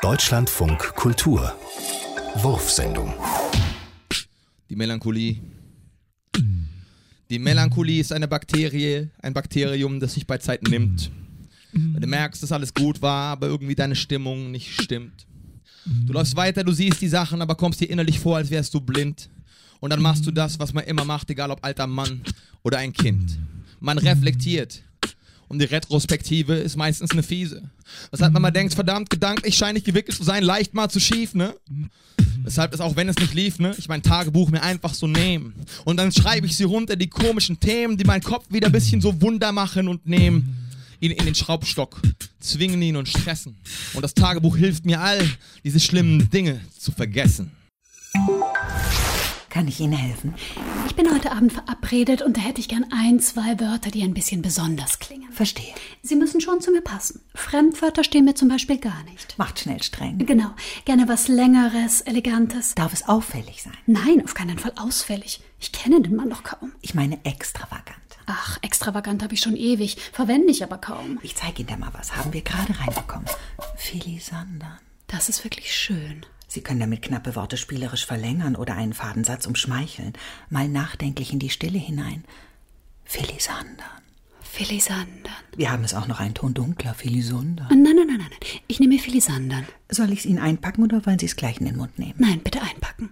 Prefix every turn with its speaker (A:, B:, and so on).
A: Deutschlandfunk Kultur. Wurfsendung.
B: Die Melancholie. Die Melancholie ist eine Bakterie, ein Bakterium, das sich bei Zeiten nimmt. Wenn du merkst, dass alles gut war, aber irgendwie deine Stimmung nicht stimmt. Du läufst weiter, du siehst die Sachen, aber kommst dir innerlich vor, als wärst du blind. Und dann machst du das, was man immer macht, egal ob alter Mann oder ein Kind. Man reflektiert. Und die Retrospektive ist meistens eine fiese. Weshalb man mal denkt, verdammt, gedanklich scheine ich gewickelt zu sein, leicht mal zu schief, ne? Deshalb ist auch wenn es nicht lief, ne, ich mein Tagebuch mir einfach so nehmen. Und dann schreibe ich sie runter, die komischen Themen, die meinen Kopf wieder ein bisschen so Wunder machen und nehmen. Ihn in den Schraubstock, zwingen ihn und stressen. Und das Tagebuch hilft mir all, diese schlimmen Dinge zu vergessen.
C: Kann ich Ihnen helfen?
D: Ich bin heute Abend verabredet und da hätte ich gern ein, zwei Wörter, die ein bisschen besonders klingen.
C: Verstehe.
D: Sie müssen schon zu mir passen. Fremdwörter stehen mir zum Beispiel gar nicht.
C: Macht schnell streng.
D: Genau, gerne was Längeres, Elegantes.
C: Darf es auffällig sein?
D: Nein, auf keinen Fall ausfällig. Ich kenne den Mann doch kaum.
C: Ich meine extravagant.
D: Ach, extravagant habe ich schon ewig, verwende ich aber kaum.
C: Ich zeige Ihnen da mal was. Haben wir gerade reinbekommen. Filisandern.
D: Das ist wirklich schön.
C: Sie können damit knappe Worte spielerisch verlängern oder einen Fadensatz umschmeicheln. Mal nachdenklich in die Stille hinein. Filisandern.
D: Filisandern.
C: Wir haben es auch noch einen Ton dunkler. Filisandern.
D: Nein, nein, nein, nein, nein. Ich nehme Filisandern.
C: Soll ich es Ihnen einpacken oder wollen Sie es gleich in den Mund nehmen?
D: Nein, bitte einpacken.